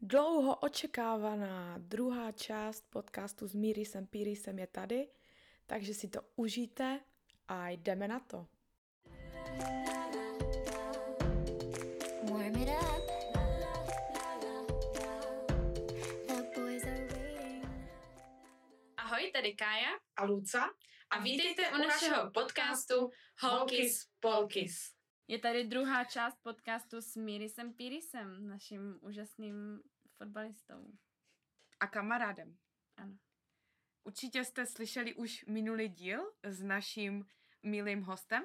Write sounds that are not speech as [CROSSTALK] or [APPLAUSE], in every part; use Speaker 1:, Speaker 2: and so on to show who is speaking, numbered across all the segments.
Speaker 1: Dlouho očekávaná druhá část podcastu s Mírisem Pírisem je tady, takže si to užijte a jdeme na to.
Speaker 2: Warm it up. The boys are waiting.
Speaker 3: Ahoj, tady Kája
Speaker 4: a Luca.
Speaker 3: a vítejte u našeho podcastu Holkis.
Speaker 4: Polkis.
Speaker 3: Je tady druhá část podcastu s Mírisem Pírisem, naším úžasným fotbalistou.
Speaker 4: A kamarádem.
Speaker 3: Ano.
Speaker 4: Určitě jste slyšeli už minulý díl s naším milým hostem.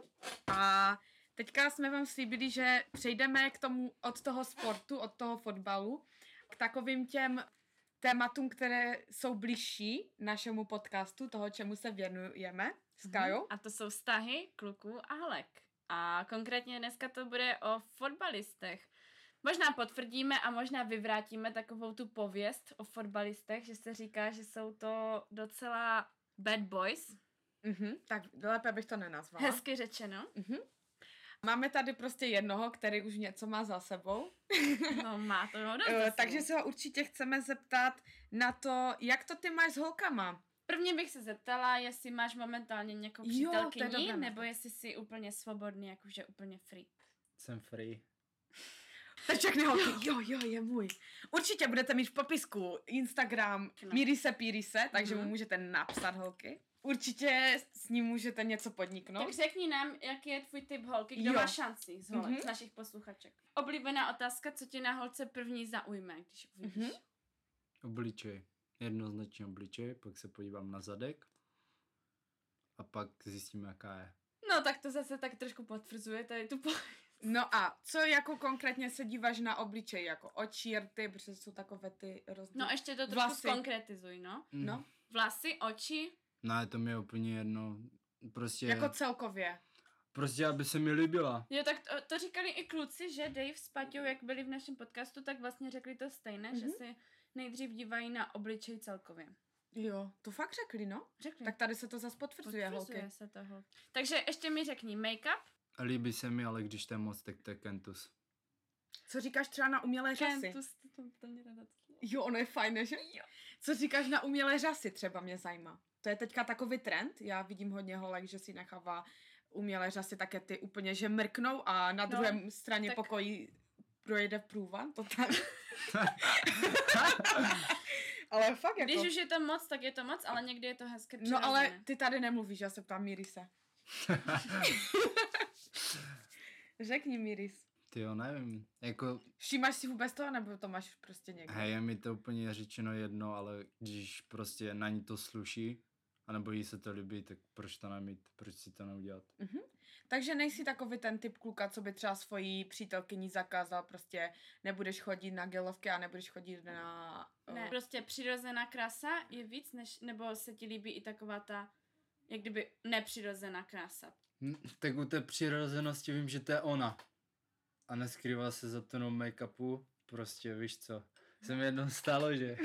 Speaker 4: A teďka jsme vám slíbili, že přejdeme k tomu od toho sportu, od toho fotbalu, k takovým těm tématům, které jsou blížší našemu podcastu, toho, čemu se věnujeme s Kajou.
Speaker 3: A to jsou vztahy kluků a holek. A konkrétně dneska to bude o fotbalistech. Možná potvrdíme a možná vyvrátíme takovou tu pověst o fotbalistech, že se říká, že jsou to docela bad boys.
Speaker 4: Mhm, tak lépe bych to nenazvala.
Speaker 3: Hezky řečeno.
Speaker 4: Máme tady prostě jednoho, který už něco má za sebou.
Speaker 3: No má [LAUGHS] to no,
Speaker 4: Eh,
Speaker 3: dost
Speaker 4: takže se ho určitě chceme zeptat na to, jak to ty máš s holkama.
Speaker 3: Prvně bych se zeptala, jestli máš momentálně nějakou
Speaker 4: Jo, to je
Speaker 3: přítelkyni,
Speaker 4: dobré.
Speaker 3: nebo jestli jsi úplně svobodný, jakože úplně free.
Speaker 5: Jsem free.
Speaker 4: Tak všechny holky, jo, jo, je můj. Určitě budete mít v popisku Instagram
Speaker 3: No.
Speaker 4: Mirise Pírise, takže mu
Speaker 3: Mhm.
Speaker 4: můžete napsat holky. Určitě s ním můžete něco podniknout.
Speaker 3: Tak řekni nám, jaký je tvůj typ holky, kdo
Speaker 4: Jo.
Speaker 3: má šanci z holek,
Speaker 4: Mhm.
Speaker 3: z našich posluchaček. Oblíbená otázka, co tě na holce první zaujme, když ji uvidíš.
Speaker 4: Mhm.
Speaker 5: Obličej. Jednoznačně obličej, pak se podívám na zadek a pak zjistím, jaká je.
Speaker 3: No tak to zase tak trošku potvrzuje tady tu po...
Speaker 4: No a co jako konkrétně se díváš na obličej, jako oči, rty, protože jsou takové ty rozdíly.
Speaker 3: No ještě to trošku
Speaker 4: Vlasy.
Speaker 3: skonkretizuj, no.
Speaker 5: Mm.
Speaker 4: No.
Speaker 3: Vlasy, oči,
Speaker 5: Ne, No, to mi je úplně jedno. Prostě,
Speaker 4: jako celkově.
Speaker 5: prostě aby se mi líbila.
Speaker 3: Jo, tak to, to říkali i kluci, že Dave s Paťou, jak byli v našem podcastu, tak vlastně řekli to stejné, mm-hmm. že
Speaker 4: Mhm.
Speaker 3: si nejdřív dívají na obličej celkově.
Speaker 4: Jo, to fakt řekli, no.
Speaker 3: Řekli.
Speaker 4: Tak tady se to zase potvrzuje, holky.
Speaker 3: Hm. Potvrzuje se to, holky. Takže ještě mi řekni make-up,
Speaker 5: Líbí se mi, ale když to je moc, tak to je kentus.
Speaker 4: Co říkáš třeba na umělé řasy?
Speaker 3: kentus, to tam to mě rada cítila.
Speaker 4: Jo, ono je fajn, že? Jo. Co říkáš na umělé řasy třeba mě zajímá. To je teďka takový trend, já vidím hodně holek, že si nechává umělé řasy také ty úplně, že mrknou a na
Speaker 3: No,
Speaker 4: druhé straně
Speaker 3: tak-
Speaker 4: pokojí projede průvan, to
Speaker 3: [LAUGHS]
Speaker 4: tak. ale fakt jako...
Speaker 3: Když už je to moc, tak je to moc, ale někdy je to hezké
Speaker 4: No ale
Speaker 3: přirozené.
Speaker 4: ty tady nemluvíš, já se ptám
Speaker 3: [LAUGHS]
Speaker 4: Mirise. Řekni Miris.
Speaker 5: Ty jo, nevím. Jako,
Speaker 4: Všímáš si vůbec toho, nebo to máš prostě někde?
Speaker 5: hej, je mi to úplně řečeno jedno, ale když prostě na ní to sluší, anebo jí se to líbí, tak proč to nemít, proč si to neudělat?
Speaker 4: Takže nejsi takový ten typ kluka, co by třeba svojí přítelkyni zakázal, prostě nebudeš chodit na gelovky a nebudeš chodit na... eh, [LAUGHS]
Speaker 3: Ne, prostě přirozená krása je víc, než, nebo se ti líbí i taková ta, jak kdyby nepřirozená krása.
Speaker 5: Hm, Tak u té přirozenosti vím, že to je ona. A neskrývá se za tonou make-upu, prostě víš co. Se mi jednou stalo, že...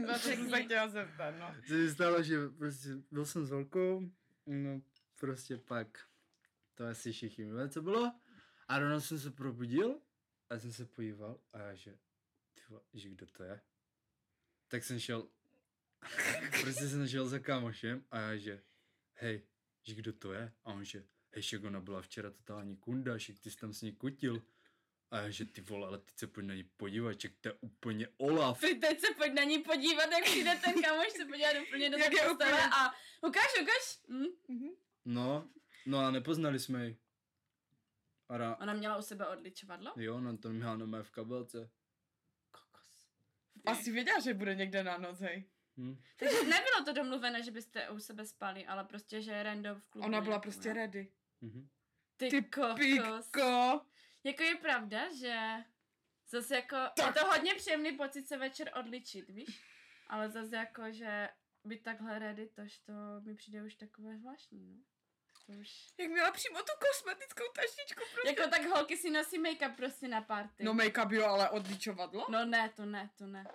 Speaker 4: no, to jsem se chtěla zeptat, no.
Speaker 5: Se mi stalo, že prostě byl jsem s holkou, no prostě pak, to asi všichni víme, co bylo. A ráno jsem se probudil a jsem se podíval a já že, ty vole, že kdo to je? Tak jsem šel, [LAUGHS] prostě jsem šel za kámošem a já že, hej, že kdo to je? A on že, hej, že ona byla včera totální kunda, že ty jsi tam s ní kutil. A já že, ty vole, ale teď se pojď na ní podívat, že to je úplně Olaf.
Speaker 3: Ty teď se pojď na ní podívat, jak přijde ten kamoš se podívat úplně [LAUGHS] do
Speaker 4: Jak
Speaker 3: té
Speaker 4: je
Speaker 3: postele
Speaker 4: úplně-
Speaker 3: a ukáž, ukáž. Hm?
Speaker 5: No, no a nepoznali jsme ji. A ra...
Speaker 3: Ona měla u sebe odličovadlo?
Speaker 5: Jo, no to měla na mé v kabelce.
Speaker 3: Kokos.
Speaker 4: Asi věděla, že bude někde na noc, hej.
Speaker 5: Hm?
Speaker 3: Takže nebylo to domluveno, že byste u sebe spali, ale prostě, že random v klubu.
Speaker 4: Ona byla
Speaker 3: nějakou,
Speaker 4: prostě
Speaker 3: ne?
Speaker 4: ready.
Speaker 5: Mhm.
Speaker 3: Ty,
Speaker 4: Ty
Speaker 3: kokos.
Speaker 4: Piko!
Speaker 3: Jako je pravda, že zase jako, je to hodně příjemný pocit se večer odličit, víš? Ale zase jako, že být takhle ready, tož to mi přijde už takové zvláštní, no. To už...
Speaker 4: Jak měla přímo tu kosmetickou taštičku. Prostě.
Speaker 3: Jako tak holky si nosí make-up prostě na party.
Speaker 4: No make-up jo, ale odličovadlo?
Speaker 3: no ne, to ne, to ne.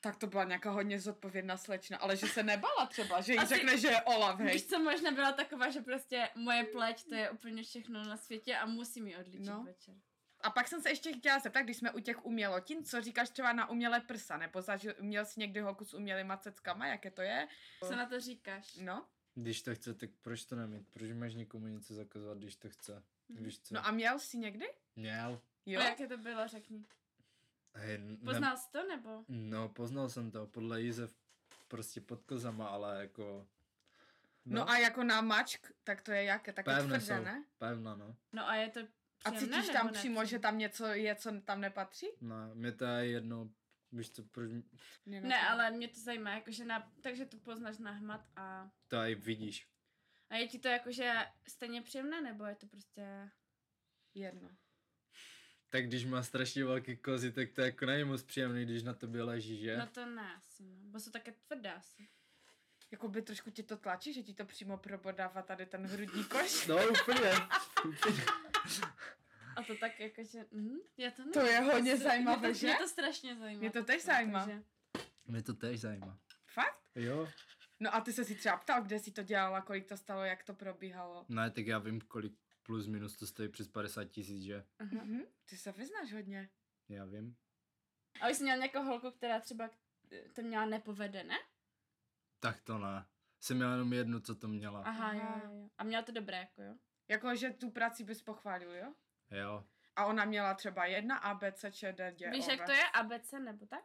Speaker 4: Tak to byla nějaká hodně zodpovědná slečna, ale že se nebala třeba, že jí
Speaker 3: Asi-
Speaker 4: řekne, že je Olaf, hej.
Speaker 3: Víš co, možná byla taková, že prostě moje pleť, to je úplně všechno na světě a musím ji odličit
Speaker 4: No.
Speaker 3: večer.
Speaker 4: A pak jsem se ještě chtěla zeptat, když jsme u těch umělotin, co říkáš třeba na umělé prsa, nebo zažil, měl jsi někdy holku s umělýma ceckama, jaké to je?
Speaker 3: Co na to říkáš?
Speaker 4: No,
Speaker 5: Když to chce, tak proč to nemít? Proč máš někomu něco zakazovat, když to chce?
Speaker 3: Mhm.
Speaker 5: Víš co?
Speaker 4: no a měl jsi někdy?
Speaker 5: Měl.
Speaker 4: Jo.
Speaker 3: A jaké to bylo, řekni.
Speaker 5: Hej, ne-
Speaker 3: Poznal jsi to, nebo?
Speaker 5: No, poznal jsem to. Podle Jizef prostě pod kozama, ale jako...
Speaker 4: No. no a jako na mačk, tak to je jaké, také
Speaker 5: pevné
Speaker 4: tvrdé,
Speaker 5: jsou.
Speaker 4: ne?
Speaker 5: Pevná, no.
Speaker 3: No a je to
Speaker 4: A
Speaker 3: příjemné,
Speaker 4: cítíš
Speaker 3: nebo
Speaker 4: tam přímo, že
Speaker 3: nepříjemné?
Speaker 4: tam něco je, co tam nepatří?
Speaker 5: No, mě to je jedno, víš co, proč m-
Speaker 4: Mě
Speaker 3: Ne,
Speaker 4: napadá.
Speaker 3: ale mě to zajímá, jakože na, takže to poznáš na hmat a...
Speaker 5: to aj vidíš.
Speaker 3: A je ti to jakože stejně příjemné, nebo je to prostě...
Speaker 4: Jedno.
Speaker 5: Tak když má strašně velký kozy, tak to jako není moc příjemný, když na tobě leží, že?
Speaker 3: No to ne asi, no. Bo jsou také tvrdé asi.
Speaker 4: Jakoby Jako trošku tě to tlačí, že ti to přímo probodává tady ten hrudní koš? [LAUGHS]
Speaker 5: No úplně, úplně.
Speaker 3: A to tak jakože... Mhm, já to ne.
Speaker 4: To je hodně
Speaker 3: Stra-
Speaker 4: zajímavé,
Speaker 3: mě to,
Speaker 4: že?
Speaker 3: Mě to strašně zajímá.
Speaker 4: Mě to
Speaker 3: takové,
Speaker 4: tež zajímá.
Speaker 3: takže-
Speaker 5: Mě to tež zajímá.
Speaker 4: Fakt?
Speaker 5: Jo?
Speaker 4: No a ty se si třeba ptal, kde si to dělala, kolik to stalo, jak to probíhalo.
Speaker 5: Ne, tak já vím, kolik plus minus to stojí přes 50 tisíc, že?
Speaker 3: Aha.
Speaker 4: Mhm. Ty se vyznáš hodně.
Speaker 5: Já vím.
Speaker 3: A už jsi měl nějakou holku, která třeba eh, to měla nepovedené?
Speaker 5: Tak to ne. Jsem měl jenom jednu, co to měla.
Speaker 3: Aha,
Speaker 4: Aha.
Speaker 3: jo, jo, jo. A měla to dobré, jako jo?
Speaker 4: Jako, že tu práci bys pochválil, jo?
Speaker 5: Jo.
Speaker 4: A ona měla třeba jedna A, B, C, Č, D, G,
Speaker 3: Víš,
Speaker 4: O,
Speaker 3: jak
Speaker 4: V.
Speaker 3: to je? ABC nebo tak?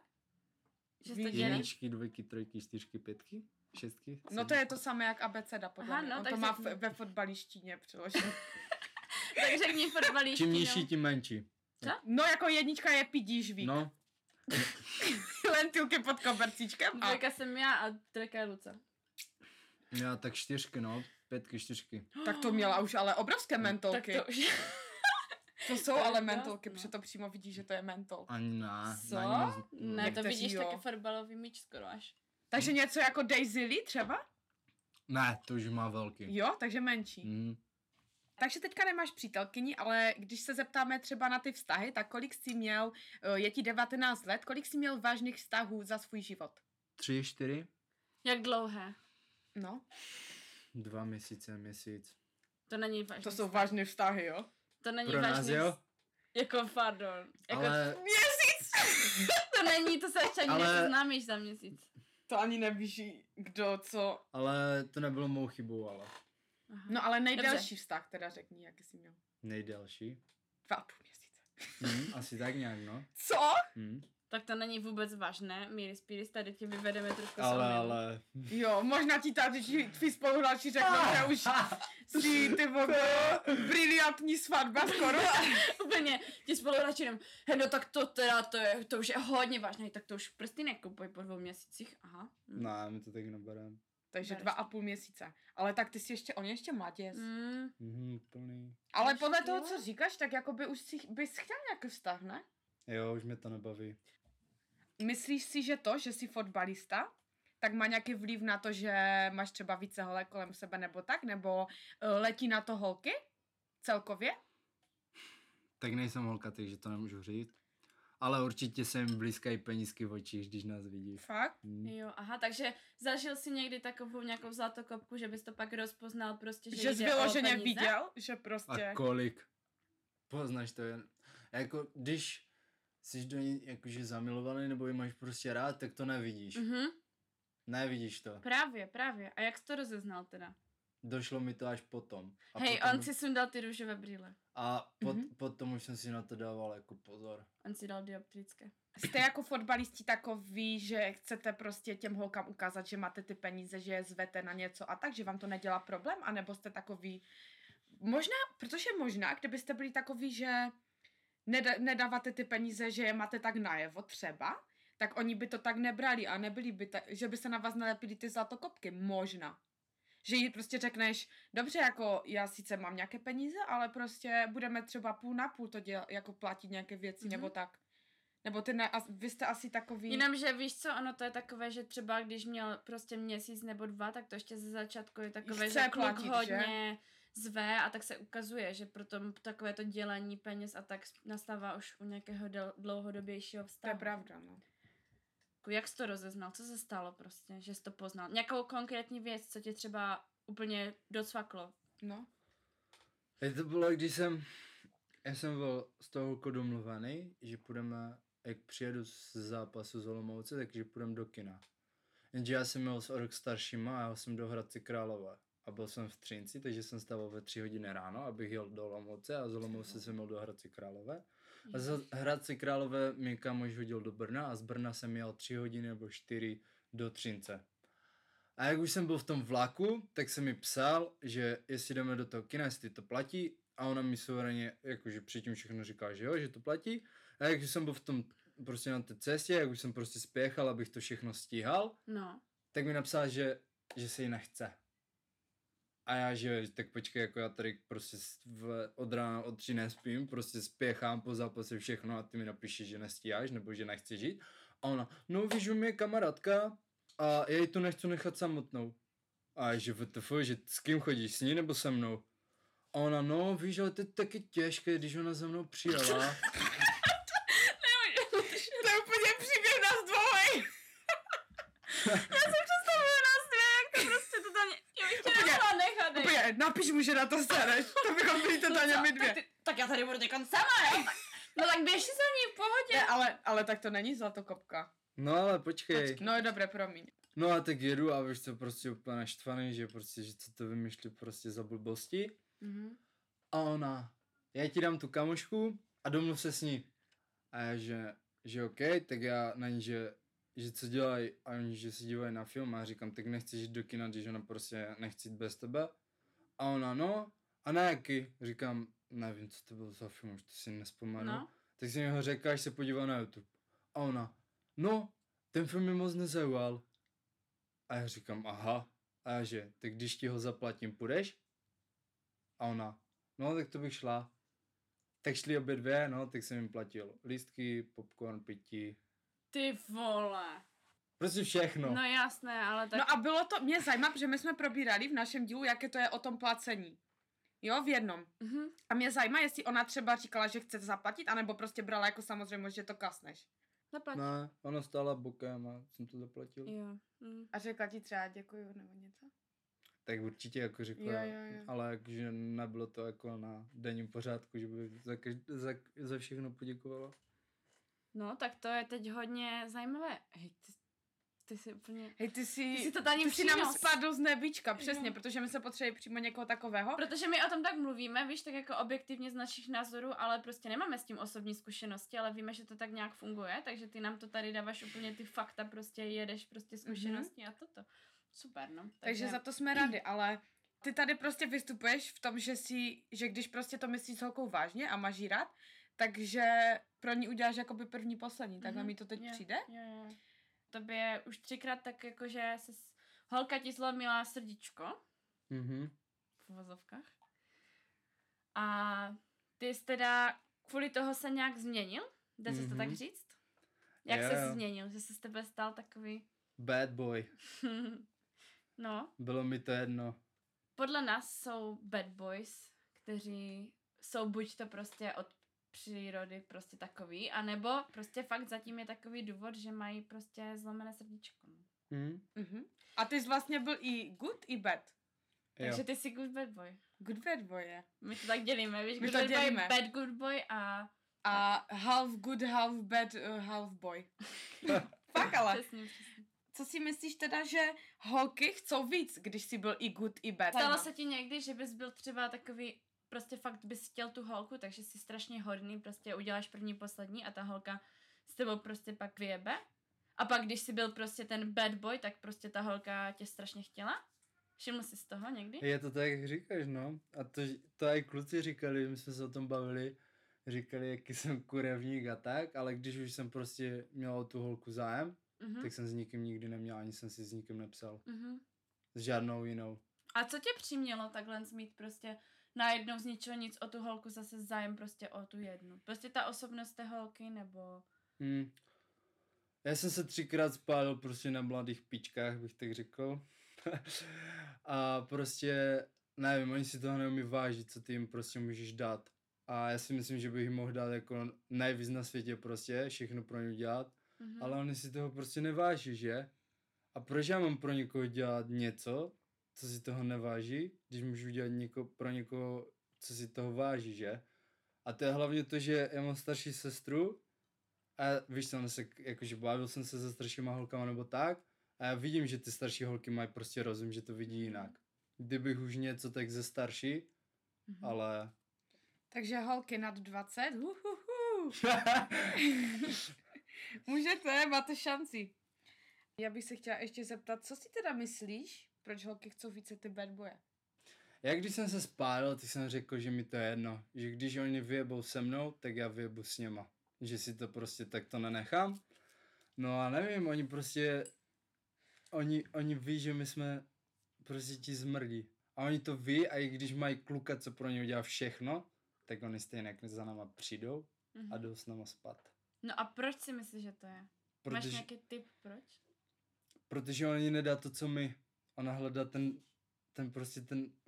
Speaker 3: Že jsi to
Speaker 4: Víš.
Speaker 3: dělíš?
Speaker 5: Jedničky, dvojky, trojky, čtyřky, pětky, šestky.
Speaker 4: No to
Speaker 5: sedmi-
Speaker 4: je to samé jak abeceda, podle
Speaker 3: Aha,
Speaker 4: mě.
Speaker 3: no,
Speaker 4: On
Speaker 3: tak
Speaker 4: to má
Speaker 3: řekni.
Speaker 4: v, ve fotbalištině přeložené.
Speaker 3: Tak řekni fotbalíští,
Speaker 5: Čím nižší, tím menší.
Speaker 4: No jako jednička je pidížvík. [LAUGHS] No.
Speaker 5: No,
Speaker 4: Lentilky pod kobercíčkem.
Speaker 3: no.
Speaker 4: A...
Speaker 3: Dvojka jsem já a trojka je Luce.
Speaker 5: já tak čtyřky, no. Pětky, čtyřky.
Speaker 4: Tak to měla už ale obrovské
Speaker 3: Tak
Speaker 4: mentolky.
Speaker 3: to
Speaker 4: To,
Speaker 3: už
Speaker 4: to jsou
Speaker 3: to je no.
Speaker 4: ale
Speaker 3: krásné.
Speaker 4: mentolky, protože to přímo vidí, že to je mentol.
Speaker 5: Ani na.
Speaker 3: Co?
Speaker 5: Na ani moc...
Speaker 3: Ne, to
Speaker 4: Někteří
Speaker 3: vidíš
Speaker 4: jo.
Speaker 3: taky fotbalový míč skoro až.
Speaker 4: Takže něco jako Daisy Lee třeba?
Speaker 5: ne, to už má velký.
Speaker 4: Jo, takže menší.
Speaker 5: Mm.
Speaker 4: Takže teďka nemáš přítelkyni, ale když se zeptáme třeba na ty vztahy, tak kolik jsi měl, eh, je ti 19 let, kolik jsi měl vážných vztahů za svůj život?
Speaker 5: Tři, čtyři,
Speaker 3: Jak dlouhé?
Speaker 4: No,
Speaker 5: dva měsíce, měsíc.
Speaker 3: To není vážný.
Speaker 4: to jsou vážné vztahy, jo?
Speaker 3: to není
Speaker 5: Pro nás,
Speaker 3: vážný.
Speaker 5: jo?
Speaker 3: Jako, pardon. Jako, ale...
Speaker 5: Ale
Speaker 3: to není, to se ještě ani
Speaker 5: Ale-
Speaker 3: ale... neznámíš za měsíc.
Speaker 4: To ani nevíš, kdo co.
Speaker 5: Ale to nebylo mou chybou, ale
Speaker 3: Aha.
Speaker 4: No ale nejdelší vztah teda řekni, jaký jsi měl.
Speaker 5: nejdelší.
Speaker 4: Dva a půl měsíce.
Speaker 5: Hmm, asi tak nějak, no.
Speaker 4: Co?
Speaker 5: Hmm.
Speaker 3: Tak to není vůbec vážné, Míry Spiris, tady tě vyvedeme trošku
Speaker 5: Ale,
Speaker 3: z omylu.
Speaker 5: ale...
Speaker 4: Jo, možná ti tady ti- tví spoluhráči řeknou, že [LAUGHS] už jsi ty vole, briliantní svatba [LAUGHS] skoro.
Speaker 3: [LAUGHS] Úplně, ti spoluhráči jenom, "Hej, no tak to teda, to, je, to už je hodně vážné, tak to už prsty nekupuj po dvou měsících, aha. Mm.
Speaker 4: No.
Speaker 5: Ne, my to tak nebereme.
Speaker 4: Takže dva a půl měsíce. Ale tak ty jsi ještě, on je ještě mladěz.
Speaker 3: Mm.
Speaker 5: Mhm, plný.
Speaker 4: Ale
Speaker 3: Ještě?
Speaker 4: podle toho, co říkáš, tak jako by už si, bys chtěl nějaký vztah, ne?
Speaker 5: Jo, už mě to nebaví.
Speaker 4: Myslíš si, že to, že jsi fotbalista, tak má nějaký vliv na to, že máš třeba více holek kolem sebe nebo tak, nebo eh, letí na to holky celkově?
Speaker 5: Tak nejsem holka, takže to nemůžu říct. Ale určitě se jim blízkají penízky v očích, když nás vidí.
Speaker 4: Fakt?
Speaker 5: Hmm.
Speaker 3: Jo, aha, takže zažil jsi někdy takovou nějakou zlatokopku, že bys to pak rozpoznal prostě, že,
Speaker 4: Že jsi
Speaker 3: jde o
Speaker 4: vyloženě
Speaker 3: peníze?
Speaker 4: viděl, že
Speaker 5: A
Speaker 4: prostě...
Speaker 5: kolik? Poznáš to jen. Jako, když jsi do ní jakože zamilovaný nebo ji máš prostě rád, tak to nevidíš. Mm.
Speaker 3: Mhm,
Speaker 5: Nevidíš to.
Speaker 3: právě, právě. A jak jsi to rozeznal teda?
Speaker 5: Došlo mi to až potom. A
Speaker 3: A Hej,
Speaker 5: potom,
Speaker 3: on si sundal ty růžové brýle.
Speaker 5: A pot,
Speaker 4: Mhm.
Speaker 5: mm-hmm. potom už jsem si na to dával jako pozor.
Speaker 3: On si dal dioptrické.
Speaker 4: Jste jako fotbalisti takový, že chcete prostě těm holkám ukázat, že máte ty peníze, že je zvete na něco a tak, že vám to nedělá problém, anebo jste takový, možná, protože možná, kdybyste byli takový, že neda, nedáváte ty peníze, že je máte tak najevo třeba, tak oni by to tak nebrali a nebyli by, ta, že by se na vás nalepili ty zlatokopky, možná. Že jí prostě řekneš, dobře, jako já sice mám nějaké peníze, ale prostě budeme třeba půl na půl to dělat, jako platit nějaké věci
Speaker 3: Mhm.
Speaker 4: mm-hmm. nebo tak. Nebo ty ne, as- vy jste asi takový...
Speaker 3: Jenomže víš co, ono to je takové, že třeba když měl prostě měsíc nebo dva, tak to ještě ze začátku je takové,
Speaker 4: Chce
Speaker 3: že kluk
Speaker 4: platit, že?
Speaker 3: hodně zve a tak se ukazuje, že proto takové to dělení peněz a tak nastává už u nějakého del- dlouhodobějšího
Speaker 4: To je
Speaker 3: vztahu.
Speaker 4: pravda, no.
Speaker 3: Jako, Jak jsi to rozeznal? Co se stalo prostě, že jsi to poznal? Nějakou konkrétní věc, co tě [LAUGHS] třeba úplně docvaklo?
Speaker 4: no.
Speaker 5: Teď to bylo, když jsem Já jsem byl s tou holkou domluvaný, že půjdeme, jak přijedu z zápasu z Olomouce, takže půjdeme do kina. Jenže já jsem měl s o rok staršíma a já jsem do Hradci Králové. A byl jsem v Třinci, takže jsem stával ve tři hodiny ráno, abych jel do Olomouce a z Olomouce jsem jel do Hradci Králové. A z Hradci Králové mě kamoš hodil do Brna a z Brna jsem jel tři hodiny nebo čtyři do Třince. A jak už jsem byl v tom vlaku, tak jsem mi psal, že jestli jdeme do toho kina, jestli to platí. A ona mi suverénně, jakože předtím všechno říká, že jo, že to platí. A jak už jsem byl v tom prostě na té cestě, jak už jsem prostě spěchal, abych to všechno stíhal,
Speaker 3: No.
Speaker 5: tak mi napsala, že, že se jí nechce. A já, že tak počkej, jako já tady prostě s- v, od rána od tří nespím, prostě spěchám po zápase všechno a ty mi napíšeš, že nestíháš nebo že nechci žít. A ona, no víš, že mi je kamarádka a já ji tu nechci nechat samotnou. A já, že vtf, že s kým chodíš, s ní nebo se mnou? A ona, no víš, ale to je taky těžké, když ona za mnou přijela.
Speaker 4: To je úplně příběh nás dvoj.
Speaker 3: Představuju nás dvě, jak to prostě totálně... Já bych tě
Speaker 4: Úplně,
Speaker 3: nechla nechat. ej.
Speaker 4: Úplně, napiš mu, že na to sereš. To bychom byli totálně
Speaker 3: co?
Speaker 4: my dvě.
Speaker 3: No, Tak, ty, tak já tady budu teďkon sama, jo? No tak běž si za ní, v pohodě.
Speaker 4: Ne, ale, ale tak to není zlatokopka.
Speaker 5: No ale počkej.
Speaker 4: No je dobré, promiň.
Speaker 5: No a tak jedu a víš co, prostě úplně naštvaný, že prostě, že co to vymýšlí prostě za blbosti.
Speaker 3: Mhm.
Speaker 5: A ona, já ti dám tu kamošku a domluv se s ní. A já, že, že OK, tak já na ní, že, že co dělají, a oni, že se dívají na film a já říkám, tak nechci jít do kina, když ona prostě nechci jít bez tebe. A ona, no, a na jaký? Říkám, nevím, co to bylo za film, už to si nespomenu.
Speaker 3: No.
Speaker 5: Tak jsem mi ho řekl, až se podíval na YouTube. A ona, no, ten film mi moc nezaujal. A já říkám, aha. A já že, tak když ti ho zaplatím, půjdeš? A ona, no, tak to bych šla. Tak šli obě dvě, no, tak jsem jim platil lístky, popcorn, pití,
Speaker 3: Ty vole.
Speaker 5: prostě všechno.
Speaker 3: No. jasné, ale tak...
Speaker 4: No a bylo to, mě zajímá, protože my jsme probírali v našem dílu, jaké to je o tom placení. Jo, v jednom.
Speaker 3: Mhm.
Speaker 4: A mě zajímá, jestli ona třeba říkala, že chce zaplatit, anebo prostě brala jako samozřejmě, že to kasneš.
Speaker 3: Zaplať.
Speaker 5: Ne, ona No, stála bokem a jsem to zaplatil.
Speaker 3: Jo. Mm.
Speaker 4: A řekla ti třeba děkuju nebo něco?
Speaker 5: Tak určitě jako řekla,
Speaker 4: Jo, jo, jo.
Speaker 5: ale jakože nebylo to jako na denním pořádku, že by za, každ- za, za všechno poděkovala.
Speaker 3: No, tak to je teď hodně zajímavé. Hej, ty, ty jsi úplně...
Speaker 4: Hej, ty si,
Speaker 3: Ty jsi totální
Speaker 4: ty jsi nám
Speaker 3: přínos.
Speaker 4: spadl z nebička, přesně,
Speaker 3: Jo. Prostě,
Speaker 4: protože my se potřebujeme přímo někoho takového.
Speaker 3: Protože my o tom tak mluvíme, víš, tak jako objektivně z našich názorů, ale prostě nemáme s tím osobní zkušenosti, ale víme, že to tak nějak funguje, takže ty nám to tady dáváš úplně ty fakta, prostě jedeš prostě zkušenosti a toto. Super, no.
Speaker 4: Takže za to jsme rádi, ale ty tady prostě vystupuješ v tom, že si, že když prostě to myslíš s holkou vážně a máš jí rád, takže pro ní uděláš jakoby první poslední, takhle
Speaker 3: Mhm,
Speaker 4: mi to teď
Speaker 3: jo,
Speaker 4: přijde.
Speaker 3: Jo, jo. Tobě už třikrát tak jako, že se s... holka ti zlomila srdíčko
Speaker 5: Mhm.
Speaker 3: v uvozovkách. A ty jsi teda kvůli toho se nějak změnil? Dá se to tak
Speaker 5: Mhm.
Speaker 3: říct? Jak
Speaker 5: Jo,
Speaker 3: se
Speaker 5: jo.
Speaker 3: změnil? Že se z tebe stal takový... [LAUGHS]
Speaker 5: Bad boy.
Speaker 3: no,
Speaker 5: Bylo mi to jedno.
Speaker 3: podle nás jsou bad boys, kteří jsou buď to prostě od přírody prostě takový, anebo prostě fakt zatím je takový důvod, že mají prostě zlomené srdíčko. no.
Speaker 5: Mhm.
Speaker 4: Mhm. A ty jsi vlastně byl i good, i bad.
Speaker 3: Takže ty jsi good bad boy.
Speaker 4: Good bad boy je.
Speaker 3: My to tak dělíme, víš,
Speaker 4: My
Speaker 3: good
Speaker 4: to
Speaker 3: bad
Speaker 4: dělíme.
Speaker 3: boy, bad good boy a
Speaker 4: A half good, half bad, uh, half boy. Fakt ale.
Speaker 3: přesně, přesně.
Speaker 4: Co si myslíš teda, že holky chcou víc, když jsi byl i good, i bad? no.
Speaker 3: Stalo se ti někdy, že bys byl třeba takový, prostě fakt bys chtěl tu holku, takže jsi strašně hodný, prostě uděláš první, poslední a ta holka s tebou prostě pak vyjebe? A pak, když jsi byl prostě ten bad boy, tak prostě ta holka tě strašně chtěla? Všiml jsi z toho někdy?
Speaker 5: Je to tak, jak říkáš, no. A to, to i kluci říkali, my jsme se o tom bavili, říkali, jaký jsem kurevník a tak, ale když už jsem prostě měl o tu holku zájem,
Speaker 4: Hmm?
Speaker 3: Mhm.
Speaker 5: tak jsem s nikým nikdy neměl, ani jsem si s nikým nepsal.
Speaker 3: Mhm.
Speaker 5: S žádnou jinou.
Speaker 3: A co tě přimělo takhle mít prostě najednou z ničeho nic o tu holku zase zájem prostě o tu jednu? Prostě ta osobnost té holky nebo...
Speaker 5: Hmm. Já jsem se třikrát spálil prostě na mladých pičkách, bych tak řekl. [LAUGHS] a prostě, nevím, oni si toho neumí vážit, co ty jim prostě můžeš dát. A já si myslím, že bych jim mohl dát jako nejvíc na světě prostě, všechno pro ně dělat.
Speaker 3: Mhm.
Speaker 5: Ale oni si toho prostě neváží, že? A proč já mám pro někoho dělat něco, co si toho neváží, když můžu dělat něko, pro někoho, co si toho váží, že? A to je hlavně to, že já mám starší sestru a víš, jsem se, k- jakože bavil jsem se se staršíma holkama nebo tak a já vidím, že ty starší holky mají prostě rozum, že to vidí jinak. Kdybych už něco, tak ze starší,
Speaker 3: Mhm.
Speaker 5: ale...
Speaker 4: Takže holky nad 20, uhuhu. [LAUGHS] Můžete, máte šanci. Já bych se chtěla ještě zeptat, co si teda myslíš, proč holky chcou více ty bad boje?
Speaker 5: Já když jsem se spálil, tak jsem řekl, že mi to je jedno. Že když oni vyjebou se mnou, tak já vyjebu s něma. Že si to prostě takto nenechám. No a nevím, oni prostě... Oni, oni ví, že my jsme prostě ti zmrdí. A oni to ví a i když mají kluka, co pro ně udělá všechno, tak oni stejně za náma přijdou a
Speaker 3: Mhm.
Speaker 5: jdou s náma spát.
Speaker 3: No a proč si myslíš, že to je? Máš
Speaker 5: Protože,
Speaker 3: nějaký tip, proč?
Speaker 5: protože oni nedá to, co my. Ona hledá ten, ten prostě ten... [LAUGHS]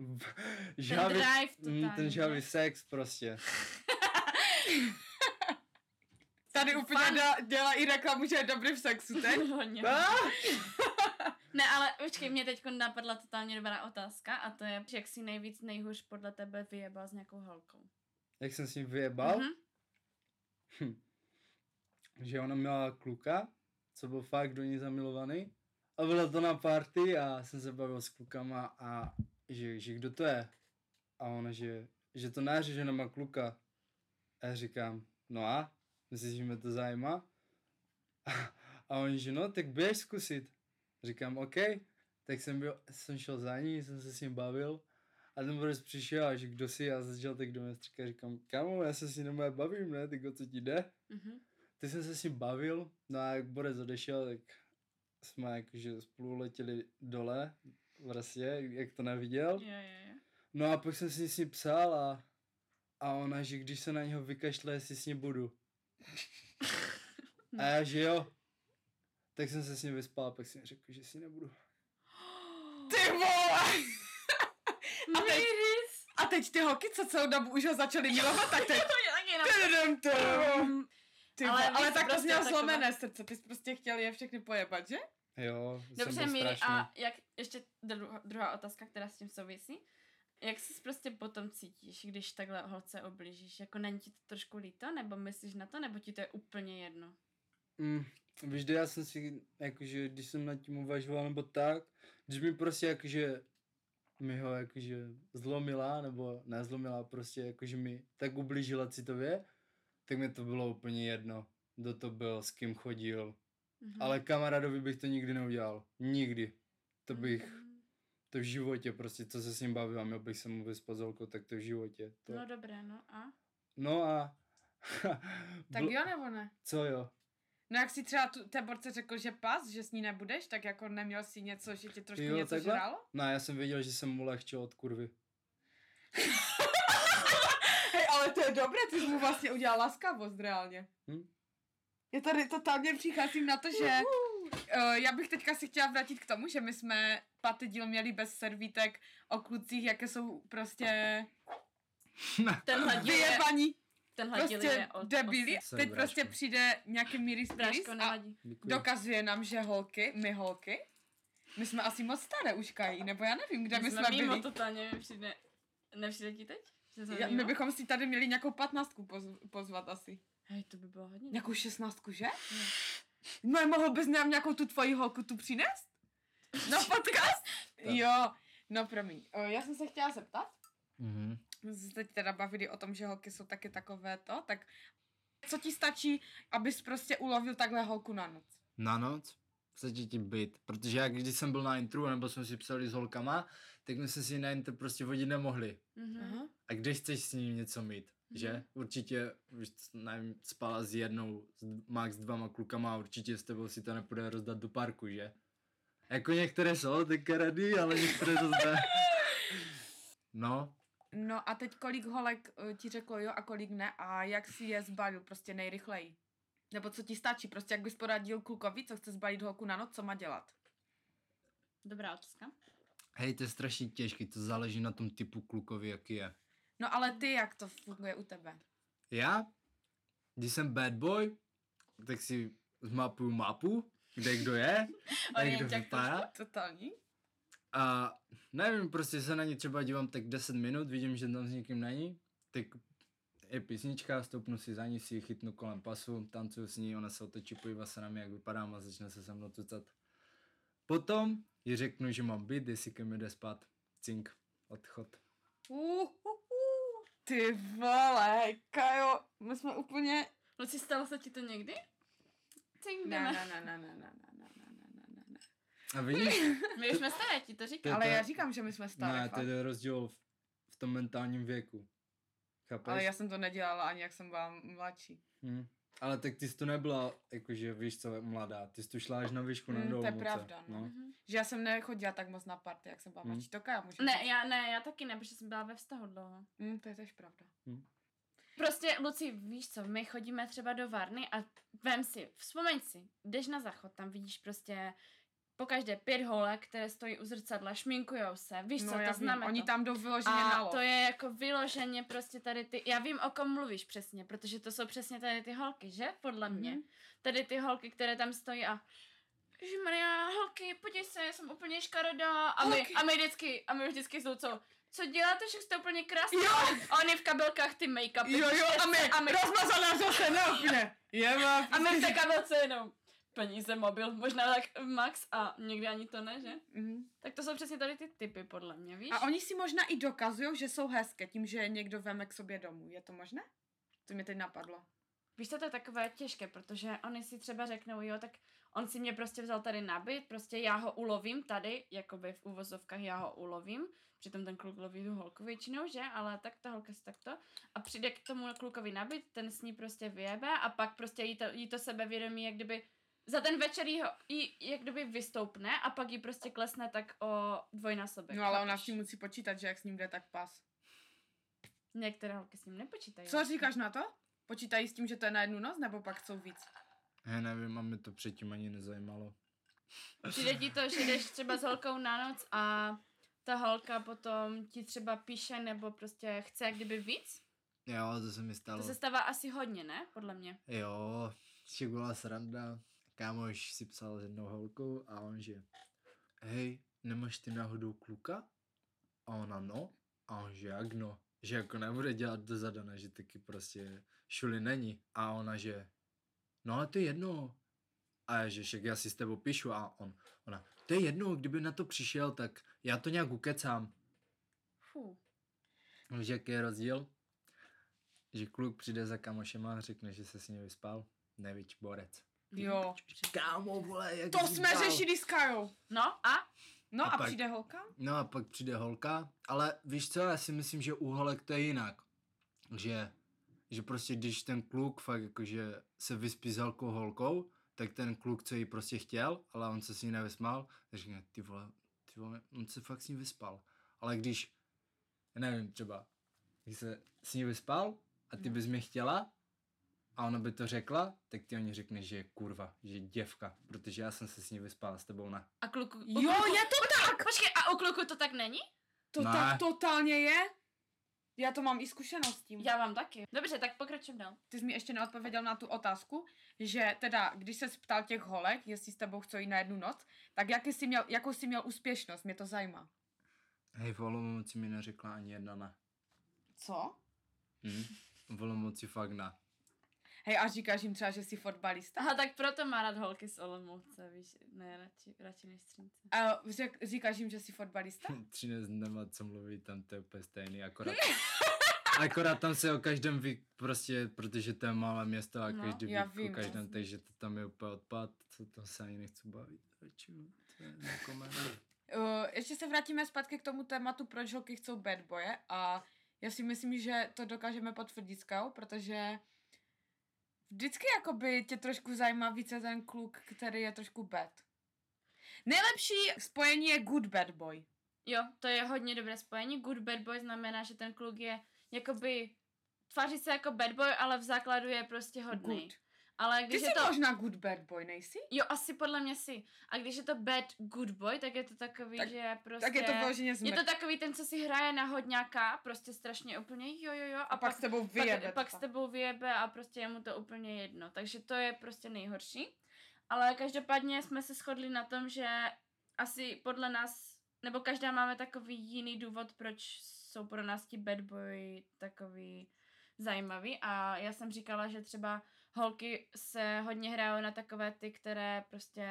Speaker 5: žhavý-
Speaker 3: drive
Speaker 5: mm, ten
Speaker 3: totální, ne? [LAUGHS]
Speaker 5: žhavý sex prostě.
Speaker 4: Tady úplně
Speaker 3: Fun.
Speaker 4: dělá, dělá i reklamu, že je dobrý v sexu, [LAUGHS] teď.
Speaker 3: Hodně. Ne, ale počkej, mě teď napadla totálně dobrá otázka a to je, jak si nejvíc nejhůř podle tebe vyjebal s nějakou holkou.
Speaker 5: jak jsem s ním vyjebal,
Speaker 3: Mhm.
Speaker 5: mm-hmm. že ona měla kluka, co byl fakt do ní zamilovaný. A byla to na party a jsem se bavil s klukama a že, že kdo to je. A ona, že, že to náře, že ona má kluka. A já říkám, no a? Myslíš, že mě to zajímá? [LAUGHS] A oni, že no, tak běž zkusit. Říkám, OK. Tak jsem, byl, jsem šel za ní, jsem se s ním bavil. A ten prostě přišel a že kdo si, já začal tak do mě strkat, říkám, kamo, já se s ním normálně bavím, ne, tak o co ti jde?
Speaker 3: Mhm.
Speaker 5: Ty jsem se s ním bavil, no a jak Borec odešel, tak jsme jakože spolu letěli dole, vlastně, jak to neviděl.
Speaker 3: Jo, jo, [GASPS] jo.
Speaker 5: No a pak jsem si s ní psal a, a ona, že když se na něho vykašle, jestli s ní budu. A já, že jo. Tak jsem se s ním vyspal, pak jsem řekl, že si nebudu.
Speaker 4: Ty vole! A teď-
Speaker 3: Miris!
Speaker 4: A teď ty holky, co celou dobu už ho začaly milovat, tak [LAUGHS] teď...
Speaker 3: To je taky
Speaker 5: [LAUGHS]
Speaker 3: na...
Speaker 4: Tudum, tudum. Ty
Speaker 3: Ale
Speaker 4: ale,
Speaker 3: víš,
Speaker 4: ale tak
Speaker 3: prostě
Speaker 4: to měl
Speaker 3: taková-
Speaker 4: zlomené srdce, ty jsi prostě chtěl je všechny pojebat, že?
Speaker 5: Jo,
Speaker 3: Dobře,
Speaker 5: jsem byl
Speaker 3: Miri,
Speaker 5: strašný.
Speaker 3: a jak ještě dru- druhá otázka, která s tím souvisí. Jak se prostě potom cítíš, když takhle holce oblížíš? Jako není ti to trošku líto, nebo myslíš na to, nebo ti to je úplně jedno?
Speaker 5: Mm, vždy já jsem si, jakože, když jsem nad tím uvažoval, nebo tak, když mi prostě, jakože, mi ho, jakože, zlomila, nebo nezlomila, prostě, jakože mi tak ublížila citově, tak mi to bylo úplně jedno, kdo to byl, s kým chodil.
Speaker 3: Mhm.
Speaker 5: Ale kamarádovi bych to nikdy neudělal. Nikdy. To bych,
Speaker 3: Mhm.
Speaker 5: to v životě prostě, co se s ním bavil a měl bych se mu vyspat z holkou, tak to v životě. To.
Speaker 3: No dobré, no a?
Speaker 4: [LAUGHS]
Speaker 5: No a... [LAUGHS]
Speaker 4: Tak
Speaker 5: bl-
Speaker 4: jo nebo ne?
Speaker 5: Co jo?
Speaker 4: No jak si třeba tu, té borce řekl, že pas, že s ní nebudeš, tak jako neměl si něco, že tě trošku
Speaker 5: Jo,
Speaker 4: něco
Speaker 5: takhle?
Speaker 4: žralo?
Speaker 5: No já jsem věděl, že jsem mu lehčil od kurvy.
Speaker 4: Hej, ale to je dobré, ty jsi mu vlastně udělal laskavost reálně.
Speaker 5: Hm?
Speaker 4: Je tady totálně přicházím na to, že uh, já bych teďka si chtěla vrátit k tomu, že my jsme pátý díl měli bez servítek o klucích, jaké jsou prostě
Speaker 3: Tenhle díl je,
Speaker 4: vyjebaní,
Speaker 3: tenhle díl
Speaker 4: prostě
Speaker 3: je od
Speaker 4: debili.
Speaker 5: Jsem
Speaker 4: Teď
Speaker 5: Bráško.
Speaker 4: prostě přijde nějaký Miri Spiris
Speaker 3: Bráško,
Speaker 4: a
Speaker 3: nevadí.
Speaker 5: Děkuji.
Speaker 4: dokazuje nám, že holky, my holky, my jsme asi moc staré už, Kají, nebo já nevím, kde my, jsme,
Speaker 3: mimo
Speaker 4: byli.
Speaker 3: totálně, mi přijde, nepřijde ti teď? Že jsme
Speaker 4: Já, my
Speaker 3: mimo?
Speaker 4: bychom si tady měli nějakou patnáctku poz, pozvat asi.
Speaker 3: Hej, to by bylo hodně.
Speaker 4: Nějakou šestnáctku, že? No, mohl bys nám nějakou tu tvoji holku tu přinést? Na podcast?
Speaker 5: Tak.
Speaker 4: jo, no promiň. O, Já jsem se chtěla zeptat,
Speaker 5: Mm-hmm.
Speaker 4: my jsme se teď teda bavili o tom, že holky jsou taky takové to, tak co ti stačí, abys prostě ulovil takhle holku na noc?
Speaker 5: Na noc? Stačí ti být, protože já když jsem byl na intru, nebo jsme si psali s holkama, tak my jsme si na intru prostě vodit nemohli.
Speaker 3: Mhm.
Speaker 5: A kde chceš s ním něco mít, že? Určitě, už nevím, spala s jednou, s, d- max s dvama klukama a určitě s tebou si to nepůjde rozdat do parku, že? Jako některé jsou ty karady, ale některé to zda. No,
Speaker 4: No a teď kolik holek eh, ti řeklo jo a kolik ne a jak si je zbalil prostě nejrychleji? Nebo co ti stačí? Prostě jak bys poradil klukovi, co chce zbalit holku na noc, co má dělat?
Speaker 3: Dobrá otázka.
Speaker 5: hej, to je strašně těžký, to záleží na tom typu klukovi, jaký je.
Speaker 4: No ale ty, jak to funguje u tebe?
Speaker 5: Já, když jsem bad boy, tak si zmapuju mapu, kde
Speaker 4: [LAUGHS]
Speaker 5: kdo je, kde kdo
Speaker 3: Orienťák
Speaker 5: vypadá.
Speaker 4: Totální?
Speaker 5: A nevím, prostě se na ně třeba dívám tak 10 minut, vidím, že tam s někým není, tak je písnička, stoupnu si za ní, si ji chytnu kolem pasu, tancuju s ní, ona se otočí, podívá se na mě, jak vypadám a začne se se mnou tucat. Potom ji řeknu, že mám být, jestli ke mně jde spát. Cink, odchod.
Speaker 4: Uhuhu. Ty vole, Kajo, my jsme úplně...
Speaker 3: Luci, stalo se ti to někdy? Cink,
Speaker 4: Ne, ne, ne,
Speaker 3: jdeme.
Speaker 4: ne, ne, ne, ne, ne, ne, ne, ne, ne.
Speaker 5: A
Speaker 4: [LAUGHS]
Speaker 5: vidíš?
Speaker 3: My už jsme staré, ti to říkám.
Speaker 5: To-
Speaker 4: Ale
Speaker 5: to-
Speaker 4: já říkám, že my jsme stále
Speaker 5: ne,
Speaker 4: fakt.
Speaker 5: to je rozdíl v, v tom mentálním věku. Chápeš?
Speaker 4: Ale já jsem to nedělala ani, jak jsem byla mladší.
Speaker 5: Hm. Ale tak ty jsi to nebyla, jakože víš co, mladá. Ty jsi tu šla až na výšku na
Speaker 4: Hm, to je
Speaker 5: dolmu.
Speaker 4: pravda, no.
Speaker 3: Mhm.
Speaker 4: Že já jsem nechodila tak moc na party, jak jsem byla
Speaker 5: Hm.
Speaker 4: mladší. To Kaja může
Speaker 3: Ne,
Speaker 4: říct.
Speaker 3: já ne, já taky ne, protože jsem byla ve vztahu dlouho.
Speaker 4: Hm, to je tež pravda.
Speaker 3: Prostě, Luci, víš co, my chodíme třeba do Varny a vem si, vzpomeň si, jdeš na záchod, tam vidíš prostě po každé pět holek, které stojí u zrcadla, šminkujou se, víš co,
Speaker 4: No, já
Speaker 3: to
Speaker 4: vím,
Speaker 3: znamená.
Speaker 4: Oni
Speaker 3: to.
Speaker 4: tam jdou vyloženě na
Speaker 3: a
Speaker 4: lov.
Speaker 3: to je jako vyloženě prostě tady ty, já vím, o kom mluvíš přesně, protože to jsou přesně tady ty holky, že? Podle mě.
Speaker 4: Mhm.
Speaker 3: Tady ty holky, které tam stojí a Maria, holky, podívej se, já jsem úplně škaredá. A my,
Speaker 4: Holky.
Speaker 3: a my vždycky, a my vždycky jsou co? Co děláte, že jste úplně krásná? A oni v kabelkách ty make-upy.
Speaker 4: Jo, jo,
Speaker 3: ty
Speaker 4: a my,
Speaker 3: šestce,
Speaker 4: a my rozmazaná zase, ne úplně. Je, má,
Speaker 3: a my v té kabelce jenom peníze, mobil, možná tak max a někdy ani to ne, že?
Speaker 4: Mhm.
Speaker 3: Tak to jsou přesně tady ty typy, podle mě, víš?
Speaker 4: A oni si možná i dokazují, že jsou hezké, tím, že je někdo veme k sobě domů. Je to možné? To mě teď napadlo.
Speaker 3: Víš, co, to je takové těžké, protože oni si třeba řeknou, jo, tak on si mě prostě vzal tady na byt, prostě já ho ulovím tady, jakoby v uvozovkách já ho ulovím, přitom ten kluk loví tu holku většinou, že, ale tak ta holka si takto a přijde k tomu klukovi na byt, ten s ní prostě vyjebe a pak prostě jí to, jí to sebevědomí, jak kdyby za ten večer jí, ho, jí jak kdyby vystoupne a pak jí prostě klesne tak o dvojnásobek.
Speaker 4: No ale
Speaker 3: chápeš?
Speaker 4: ona s tím musí počítat, že jak s ním jde, tak pas.
Speaker 3: Některé holky s ním nepočítají.
Speaker 4: Co říkáš na to? Počítají s tím, že to je na jednu noc, nebo pak jsou víc?
Speaker 5: Já nevím, a mě to předtím ani nezajímalo.
Speaker 3: Přijde ti to, že jdeš třeba s holkou na noc a ta holka potom ti třeba píše nebo prostě chce jak kdyby víc?
Speaker 5: Jo, to se mi
Speaker 3: To
Speaker 5: stalo.
Speaker 3: se stává asi hodně, ne? Podle mě.
Speaker 5: Jo, ještě byla sranda. Kámoš si psal s jednou holkou a on že, hej, nemáš ty náhodou kluka? A ona no. A on že jak no. Že jako nebude dělat do zadana, že taky prostě šuli není. A ona že, no ale to je jedno. A já že však já si s tebou píšu a on, ona, to je jedno, kdyby na to přišel, tak já to nějak ukecám.
Speaker 3: Fů.
Speaker 5: Víš, jaký je rozdíl? Že kluk přijde za kamošem a řekne, že se s ní vyspal. Nevíč, borec.
Speaker 3: Mhm.
Speaker 4: Jo.
Speaker 5: Kámo, vole, jak
Speaker 4: To
Speaker 5: jsi
Speaker 4: jsme
Speaker 5: dal.
Speaker 4: řešili s Kajou.
Speaker 3: No a?
Speaker 4: No
Speaker 5: A
Speaker 4: a,
Speaker 5: pak-
Speaker 4: přijde holka?
Speaker 5: No a pak přijde holka, ale víš co, já si myslím, že u holek to je jinak. Že, že prostě když ten kluk fakt jakože se vyspí s holkou holkou, tak ten kluk, co ji prostě chtěl, ale on se s ní nevysmál, tak říká, ty vole, ty vole, on se fakt s ní vyspal. Ale když, já nevím, třeba, když se s ní vyspal a ty bys mě chtěla a ona by to řekla, tak ty o ní řekneš, že je kurva, že je děvka, protože já jsem se s ní vyspal a s tebou ne.
Speaker 3: A kluku... u
Speaker 4: Jo,
Speaker 3: kluku,
Speaker 4: je to
Speaker 3: tak! Počkej, a u kluku to tak není?
Speaker 4: To
Speaker 5: Ne.
Speaker 4: tak totálně je. Já to mám i zkušenost s tím.
Speaker 3: Já vám taky. Dobře, tak pokračujem dál.
Speaker 4: Ty jsi mi ještě neodpověděl na tu otázku, že teda, když se ptal těch holek, jestli s tebou chcou jít na jednu noc, tak jaký jsi měl, jakou jsi měl úspěšnost, mě to zajímá.
Speaker 5: Hej, v Olomouci mi neřekla ani jedna ne.
Speaker 4: Co?
Speaker 5: Hmm? V Olomouci fakt ne. [LAUGHS]
Speaker 4: Hej, a říkáš jim třeba, že jsi fotbalista?
Speaker 3: Aha, tak proto má rád holky z Olomouce, víš, ne, radši, radši než Střínce.
Speaker 4: A řek, říkáš jim, že jsi fotbalista?
Speaker 5: 13 nemá co mluvit, tam to je úplně stejný, akorát... akorát tam se o každém ví, prostě, protože to je malé město a
Speaker 3: No,
Speaker 5: každý
Speaker 4: já
Speaker 5: ví
Speaker 4: vím,
Speaker 5: o každém,
Speaker 4: jasně.
Speaker 5: takže to tam je úplně odpad, to tam se ani nechci bavit. Radši, to je nekomentuji.
Speaker 4: Uh, ještě se vrátíme zpátky k tomu tématu, proč holky chcou bad boye a já si myslím, že to dokážeme potvrdit s Kau, protože vždycky jakoby tě trošku zajímá více ten kluk, který je trošku bad. Nejlepší spojení je good bad boy.
Speaker 3: Jo, to je hodně dobré spojení. Good bad boy znamená, že ten kluk je jakoby... Tváří se jako bad boy, ale v základu je prostě hodný.
Speaker 4: Good.
Speaker 3: Ale
Speaker 4: Ty
Speaker 3: když
Speaker 4: jsi
Speaker 3: je to...
Speaker 4: možná good bad boy, nejsi?
Speaker 3: Jo, asi podle mě si. A když je to bad good boy, tak je to takový,
Speaker 4: Tak-
Speaker 3: tak, že prostě...
Speaker 4: Tak je to vyloženě zmrt.
Speaker 3: je to takový ten, co si hraje na hodňáka, prostě strašně úplně jo, jo, jo. A,
Speaker 4: a pak s tebou vyjebe.
Speaker 3: pak, pak s
Speaker 4: to.
Speaker 3: tebou vyjebe a prostě je mu to úplně jedno. Takže to je prostě nejhorší. Ale každopádně jsme se shodli na tom, že asi podle nás, nebo každá máme takový jiný důvod, proč jsou pro nás ti bad boy takový zajímavý a já jsem říkala, že třeba holky se hodně hrajou na takové ty, které prostě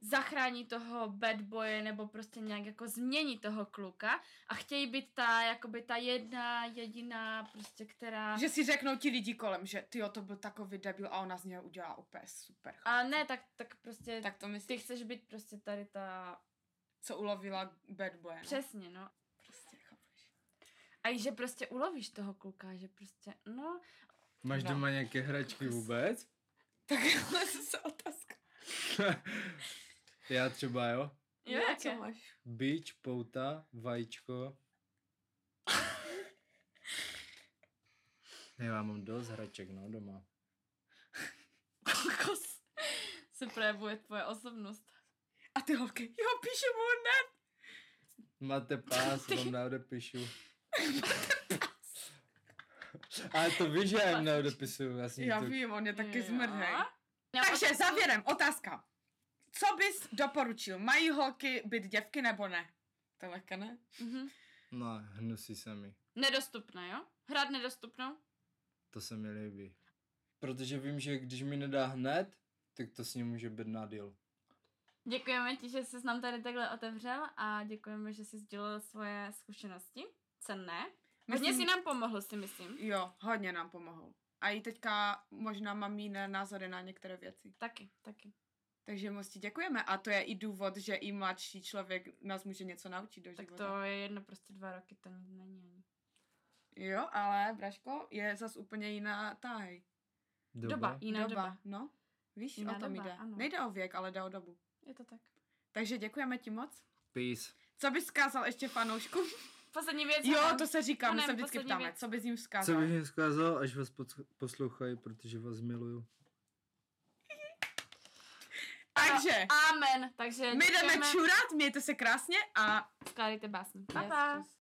Speaker 3: zachrání toho bad boye nebo prostě nějak jako změní toho kluka a chtějí být ta, jakoby ta jedna, jediná prostě, která...
Speaker 4: Že si řeknou ti lidi kolem, že ty jo, to byl takový debil a ona z něho udělá úplně super.
Speaker 3: A ne, tak, tak prostě tak
Speaker 4: tak to myslím,
Speaker 3: ty chceš být prostě tady ta...
Speaker 4: co ulovila bad boy. No?
Speaker 3: Přesně, no.
Speaker 4: Prostě, chápeš.
Speaker 3: A i že prostě ulovíš toho kluka, že prostě, no,
Speaker 5: Máš
Speaker 3: No.
Speaker 5: doma nějaké hračky vůbec?
Speaker 4: [LAUGHS] Takhle se otázka.
Speaker 5: Já třeba jo.
Speaker 3: jo,
Speaker 1: Já, co
Speaker 3: jaké?
Speaker 1: máš?
Speaker 5: Bič, pouta, vajíčko. Ne, já mám dost hraček, no, doma.
Speaker 3: [LAUGHS] Kokos. se projevuje tvoje osobnost.
Speaker 4: A ty holky, jo, píše mu ne.
Speaker 5: Máte pás, vám neodepíšu. Ale to víš, že já jim neodepisuju. Já, jsem
Speaker 4: Já
Speaker 5: to...
Speaker 4: vím, on je taky
Speaker 3: Jo.
Speaker 4: zmrdej.
Speaker 3: Já
Speaker 4: Takže
Speaker 3: pak-
Speaker 4: závěrem, otázka. Co bys doporučil? Mají holky být děvky nebo ne? To lehka ne?
Speaker 3: Mhm.
Speaker 5: No, hnusí se mi.
Speaker 3: Nedostupné, jo? Hrát nedostupnou?
Speaker 5: To se mi líbí. Protože vím, že když mi nedá hned, tak to s ním může být na deal.
Speaker 3: Děkujeme ti, že jsi nám tady takhle otevřel a děkujeme, že jsi sdělil svoje zkušenosti. Cenné. Hodně jsi nám pomohl, si myslím.
Speaker 4: Jo, hodně nám pomohl. A i teďka možná mám jiné názory na některé věci.
Speaker 3: Taky, taky.
Speaker 4: Takže moc ti děkujeme. A to je i důvod, že i mladší člověk nás může něco naučit do
Speaker 3: Tak
Speaker 4: života.
Speaker 3: to je jedno, prostě dva roky, to nic není ani.
Speaker 4: Jo, ale Braško, je zas úplně jiná táhej.
Speaker 3: Doba, jiná doba. doba.
Speaker 4: No, víš,
Speaker 3: Jiná
Speaker 4: o tom
Speaker 3: doba,
Speaker 4: jde.
Speaker 3: ano.
Speaker 4: Nejde o věk, ale jde o dobu.
Speaker 3: Je to tak.
Speaker 4: Takže děkujeme ti moc.
Speaker 5: Peace.
Speaker 4: Co bys vzkázal ještě
Speaker 3: [LAUGHS]
Speaker 4: fanoušku?
Speaker 3: Poslední věc.
Speaker 4: Jo,
Speaker 3: Adam.
Speaker 4: to se říká, my
Speaker 3: Panem,
Speaker 4: se vždycky
Speaker 3: poslední
Speaker 4: ptáme.
Speaker 3: věc.
Speaker 4: Co bys jim
Speaker 5: Co
Speaker 4: vzkázal?
Speaker 5: bych jim zkázal, až vás poc- poslouchají, protože vás miluju.
Speaker 4: Takže,
Speaker 3: Amen. Takže
Speaker 4: my jdeme
Speaker 3: děkujeme.
Speaker 4: čurat, mějte se krásně a
Speaker 3: Skládejte básně. Pa,
Speaker 4: Yes,
Speaker 3: pa.
Speaker 4: čus.